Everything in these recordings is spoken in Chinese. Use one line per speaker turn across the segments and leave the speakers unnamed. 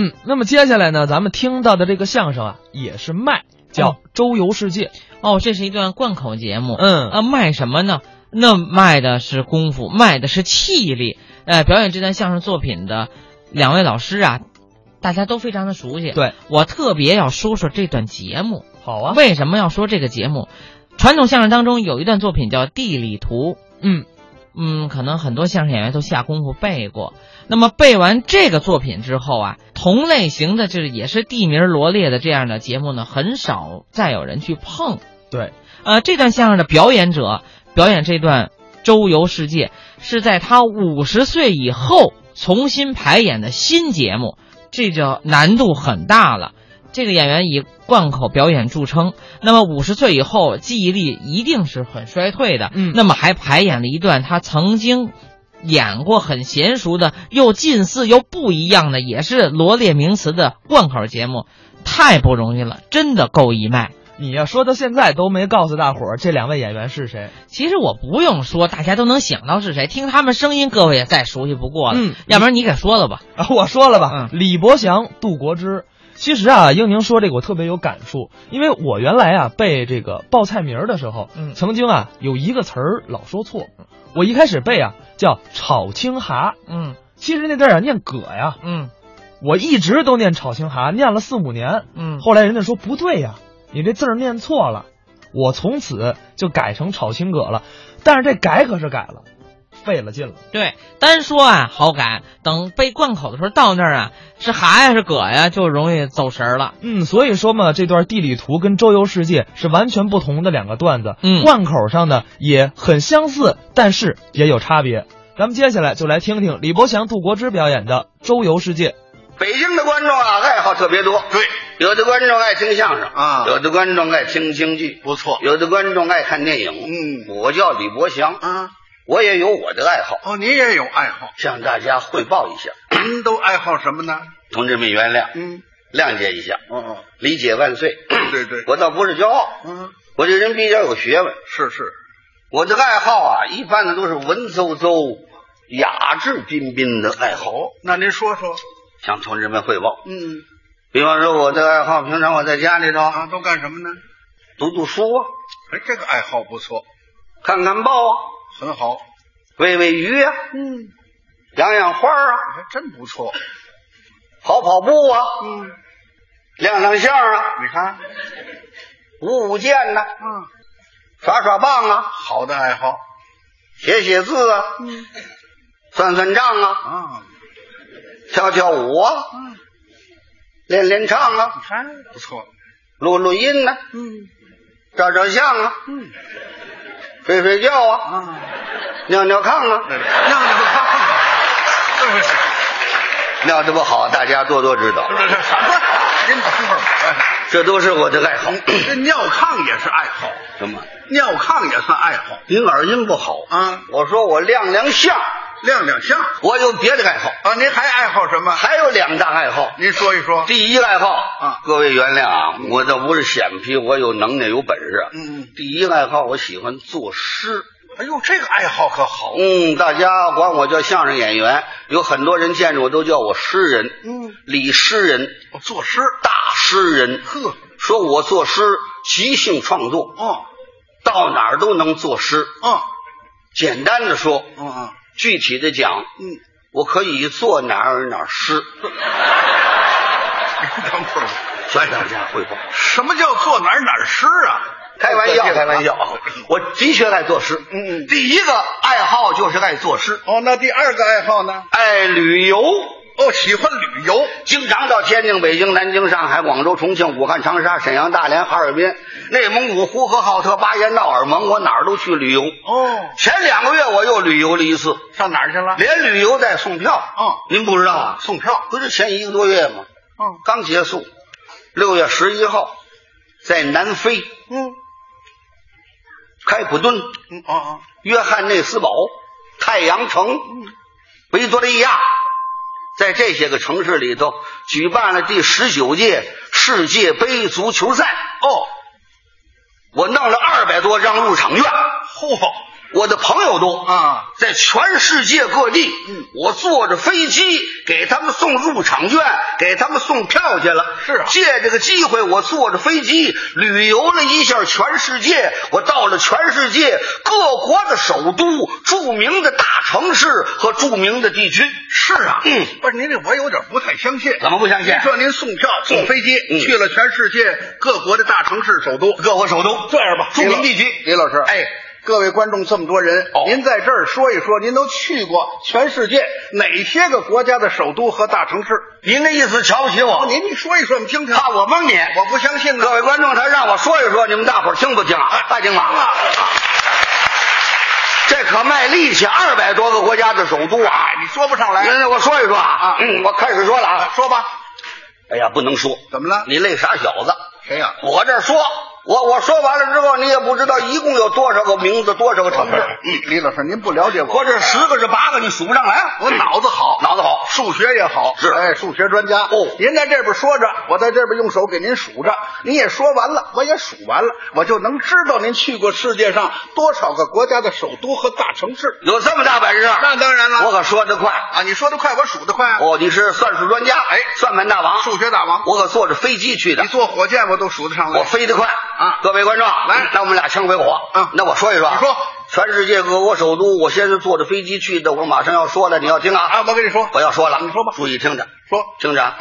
嗯，那么接下来呢，咱们听到的这个相声啊，也是卖，叫《周游世界》。
哦，这是一段贯口节目。
嗯，
啊，卖什么呢？那卖的是功夫，卖的是气力。呃，表演这段相声作品的两位老师啊，大家都非常的熟悉。
对，
我特别要说说这段节目。
好啊。
为什么要说这个节目？传统相声当中有一段作品叫《地理图》。
嗯
嗯，可能很多相声演员都下功夫背过。那么背完这个作品之后啊，同类型的就是也是地名罗列的这样的节目呢，很少再有人去碰。
对，
呃，这段相声的表演者表演这段周游世界，是在他五十岁以后重新排演的新节目，这就难度很大了。这个演员以贯口表演著称，那么五十岁以后记忆力一定是很衰退的。
嗯
那么还排演了一段他曾经演过很娴熟的，又近似又不一样的，也是罗列名词的贯口节目，太不容易了，真的够一脉。
你要说到现在都没告诉大伙儿这两位演员是谁。
其实我不用说，大家都能想到是谁，听他们声音，各位也再熟悉不过了。
嗯
要不然你给说了吧？
啊，我说了吧，李伯祥、杜国之。其实啊，英宁说这个我特别有感触，因为我原来啊背这个报菜名儿的时候，
嗯
曾经啊有一个词儿老说错，我一开始背啊叫炒青蛤，
嗯
其实那字儿啊念葛呀，
嗯
我一直都念炒青蛤，念了四五年，
嗯
后来人家说不对呀，你这字儿念错了，我从此就改成炒青葛了，但是这改可是改了，费了劲了，
对，单说啊好感，等被贯口的时候到那儿啊，是蛤呀是葛呀，就容易走神儿了。
嗯，所以说嘛，这段地理图跟周游世界是完全不同的两个段子，
嗯
贯口上呢也很相似，但是也有差别。咱们接下来就来听听李伯祥、杜国之表演的《周游世界》。
北京的观众啊，爱好特别多。
对，
有的观众爱听相声
啊
有的观众爱听京剧，
不错。
有的观众爱看电影。
嗯
我叫李伯祥，
啊，
我也有我的爱好，
哦，您也有爱好，
向大家汇报一下，
您都爱好什么呢？
同志们原谅，
嗯，
谅解一下，
哦哦，
理解万岁。
对对
我倒不是骄傲，
嗯，
我这人比较有学问，
是是，
我的爱好啊，一般的都是文绉绉、雅致彬彬的爱好，
哦，那您说说，
向同志们汇报。
嗯，
比方说我的爱好，平常我在家里头啊
啊，都干什么呢？
读读书啊，
哎，这个爱好不错，
看看报啊。
很好，
喂喂鱼啊，
嗯，
养养花儿啊，
还真不错，
跑跑步啊，
嗯，
亮亮相啊，
你看，
舞舞剑呐、
啊，
耍耍棒啊，
好的爱好
写写字啊，算算账啊，
啊，
跳跳舞啊，练练唱啊，
你看不错，
录录音呢、
嗯
照照相啊，
嗯
睡睡觉啊，
啊，
尿尿炕啊，
对，让你看，
尿的不好，大家多多指导
不，是什么？您等会儿，
这都是我的爱好。
这尿炕也是爱好，
什么？
尿炕也算爱好
您耳音不好
啊，
我说我亮亮相，
亮亮相。
我有别的爱好，
啊，您还爱好什么？
还有两大爱好。
您说一说。
第一个爱好
啊
各位原谅啊，我倒不是显皮，我有能耐有本事啊。
嗯嗯，
第一个爱好，我喜欢作诗。
哎呦，这个爱好可好。
嗯，大家管我叫相声演员，有很多人见着我都叫我诗人，
嗯，
李诗人，
我哦作诗。
大诗人。
呵，
说我作诗，即兴创作，
哦，
到哪儿都能作诗。
哦，
简单的说，
嗯嗯
具体的讲，
嗯，
我可以做哪儿哪儿诗，
您等会儿，
全大家汇报。
什么叫做哪儿哪儿诗啊？
开玩笑，开玩笑
啊，
我的确爱作诗。
嗯嗯
第一个爱好就是爱作诗，
哦，那第二个爱好呢？
爱旅游，
哦，喜欢旅游。
经常到天津、北京、南京、上海、广州、重庆、武汉、长沙、沈阳、大连、哈尔滨、内蒙古、呼和浩特、巴彦淖尔、蒙古，我哪儿都去旅游。
哦，
前两个月我又旅游了一次，
上哪儿去了？
连旅游带送票。
嗯
您不知道啊？
送票。
不是前一个多月吗？
嗯
刚结束，六月十一号，在南非
嗯
开普敦。
嗯哦哦，
约翰内斯堡、太阳城、维多利亚，在这些个城市里头举办了第十九届世界杯足球赛。哦，我弄了二百多张入场券，
嚯，
我的朋友多
啊，
在全世界各地，
嗯
我坐着飞机给他们送入场券，给他们送票去了。
是啊
借这个机会，我坐着飞机旅游了一下全世界，我到了全世界各国的首都、著名的大城市和著名的地区。
是啊，
嗯
不是您这我有点不太相信。
怎么不相信
您？说您送票坐飞机、
嗯嗯
去了全世界各国的大城市、首都，
各国首都
这样吧，
著名地区
李老李老师，
哎，
各位观众这么多人，
哦
您在这儿说一说，您都去过全世界哪些个国家的首都和大城市？
您的意思瞧不起我？
哦，您你说一说，我们听听。
怕我蒙你？
我不相信呢。啊哎
各位观众，他让我说一说，你们大伙儿听不听啊？爱听吧。这可卖力气，二百多个国家的首都啊！
哎你说不上来，
来，我说一说啊
啊，
嗯，我开始说了啊，
说吧，
哎呀，不能说，
怎么了？
你累傻小子，
谁呀、
我这说，我我说完了之后，你也不知道一共有多少个名字，多少个城市，
哦李李老师，您不了解我，
哎我这十个是八个，你数不上来，啊
我脑子好，
脑子好，
数学也好，
是
哎，数学专家
哦
您在这边说着，我在这边用手给您数着，您也说完了，我也数完了，我就能知道您去过世界上多少个国家的首都和大城市。
有这么大本事？
那当然
我
了，
可说得快
啊，你说的快，我数的快啊，
哦，你是算术专家，哎，算盘大王，
数学大王，
我可坐着飞机去的
你，坐火箭我都数得上来。
我飞得快
啊
各位观众，
来
那我们俩枪回火
嗯
那我说一说啊，
你说
全世界各国首都，我先是坐着飞机去的，我马上要说了，你要听啊
啊，我跟你说，
我要说了，
你说吧
注意听着，
说
听着啊，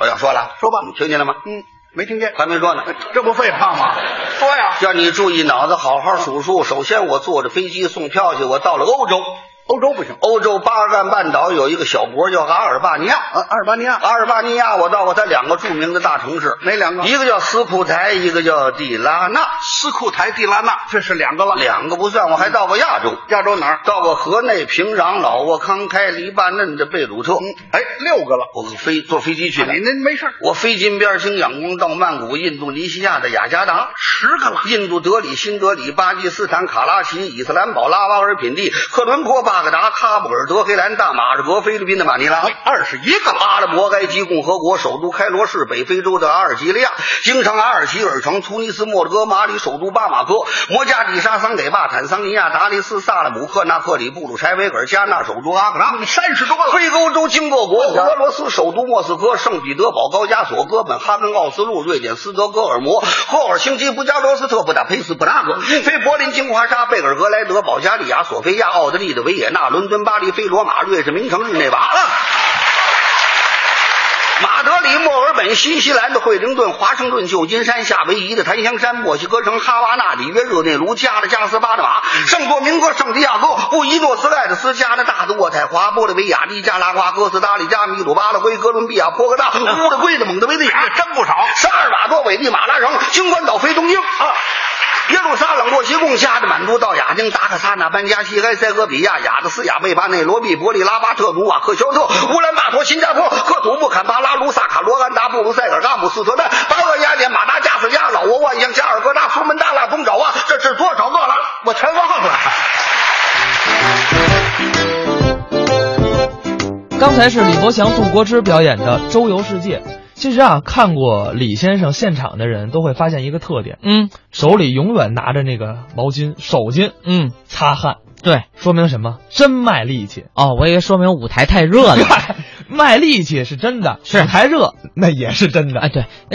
我要说了，
说吧
你听见了吗？
嗯，没听见，
还没说呢，
这不废话吗？说呀，
叫你注意脑子，好好数数。首先，我坐着飞机送票去，我到了欧洲，
欧洲不行，
欧洲巴尔干半岛有一个小国叫阿尔巴尼亚，
啊，阿尔巴尼亚
阿尔巴尼亚我到过它两个著名的大城市，
哪两个？
一个叫斯库台，一个叫蒂拉纳，
斯库台、蒂拉纳，这是两个了。
两个不算，我还到过亚洲。
亚洲哪儿？
到过河内、平壤、老挝、康开、黎巴嫩的贝鲁特，
嗯，哎，六个了。
我飞坐飞机去的。
您您没事儿，
我飞金边、星仰光到曼谷、印度尼西亚的雅加达，
十个了。
印度德里、新德里、巴基斯坦卡拉奇、伊斯兰堡、拉瓦尔品第、克伦坡、巴格达、喀布尔、德黑兰、大马士革、菲律宾的马尼拉。
哎，二十一个了。
阿拉伯埃及共和国首都开罗市，北非洲的阿尔及利亚，京城阿尔及尔城，突尼斯莫德哥马里首都巴马科，摩加底沙、桑给坝、坦桑尼亚、达利斯、萨勒姆、克纳克里、布鲁柴维尔、加纳首都阿克拉。
三嗯十多了。
非欧洲经过国，
是啊
俄罗斯首都莫斯科、圣彼得堡、高加索、哥本哈根、奥斯陆、瑞典斯德哥尔摩、赫尔辛基、布加罗斯特、布达佩斯、布拉格、非柏林、金华沙、贝尔格莱德、保加利亚、索菲亚、奥地利的维也纳、伦敦、巴黎、非罗马、瑞士名城日内瓦。马德里、墨尔本、新西兰的惠灵顿、华盛顿、旧金山、夏威夷的檀香山、墨西哥城、哈瓦那、里约、热内卢、加的加斯巴的马、圣多明哥、圣地亚哥、布宜诺斯艾利斯、加拿大的渥太华、玻利维亚、尼加拉瓜、哥斯达黎加、秘鲁、巴拉圭、哥伦比亚、波哥大、乌拉圭的蒙德维利亚，
真不少
萨尔瓦多、委内马拉城、金关岛、非东京啊。耶路撒冷、洛奇贡、加的满都到雅丁、达克萨那、班加西、埃塞俄比亚、雅的斯亚、贝巴内、罗毕、伯利、拉巴特、努瓦克、肖特、乌兰巴托、新加坡、克土布、坎巴拉、卢萨卡、罗安达、布鲁塞尔、阿姆斯特丹、巴厄雅典、马达加斯加、老挝、万象、加尔各答、苏门答腊、东爪哇，这是多少个了？
我全忘了。
刚才是李伯祥、杜国之表演的《周游世界》。其实啊，看过李先生现场的人都会发现一个特点，
嗯
手里永远拿着那个毛巾、手巾
嗯，
擦汗，
对。
说明什么？真卖力 气。
哦，我以为说明 舞台太热了。
卖力气是真的，舞
是
台热那也是真的。
哎，对，那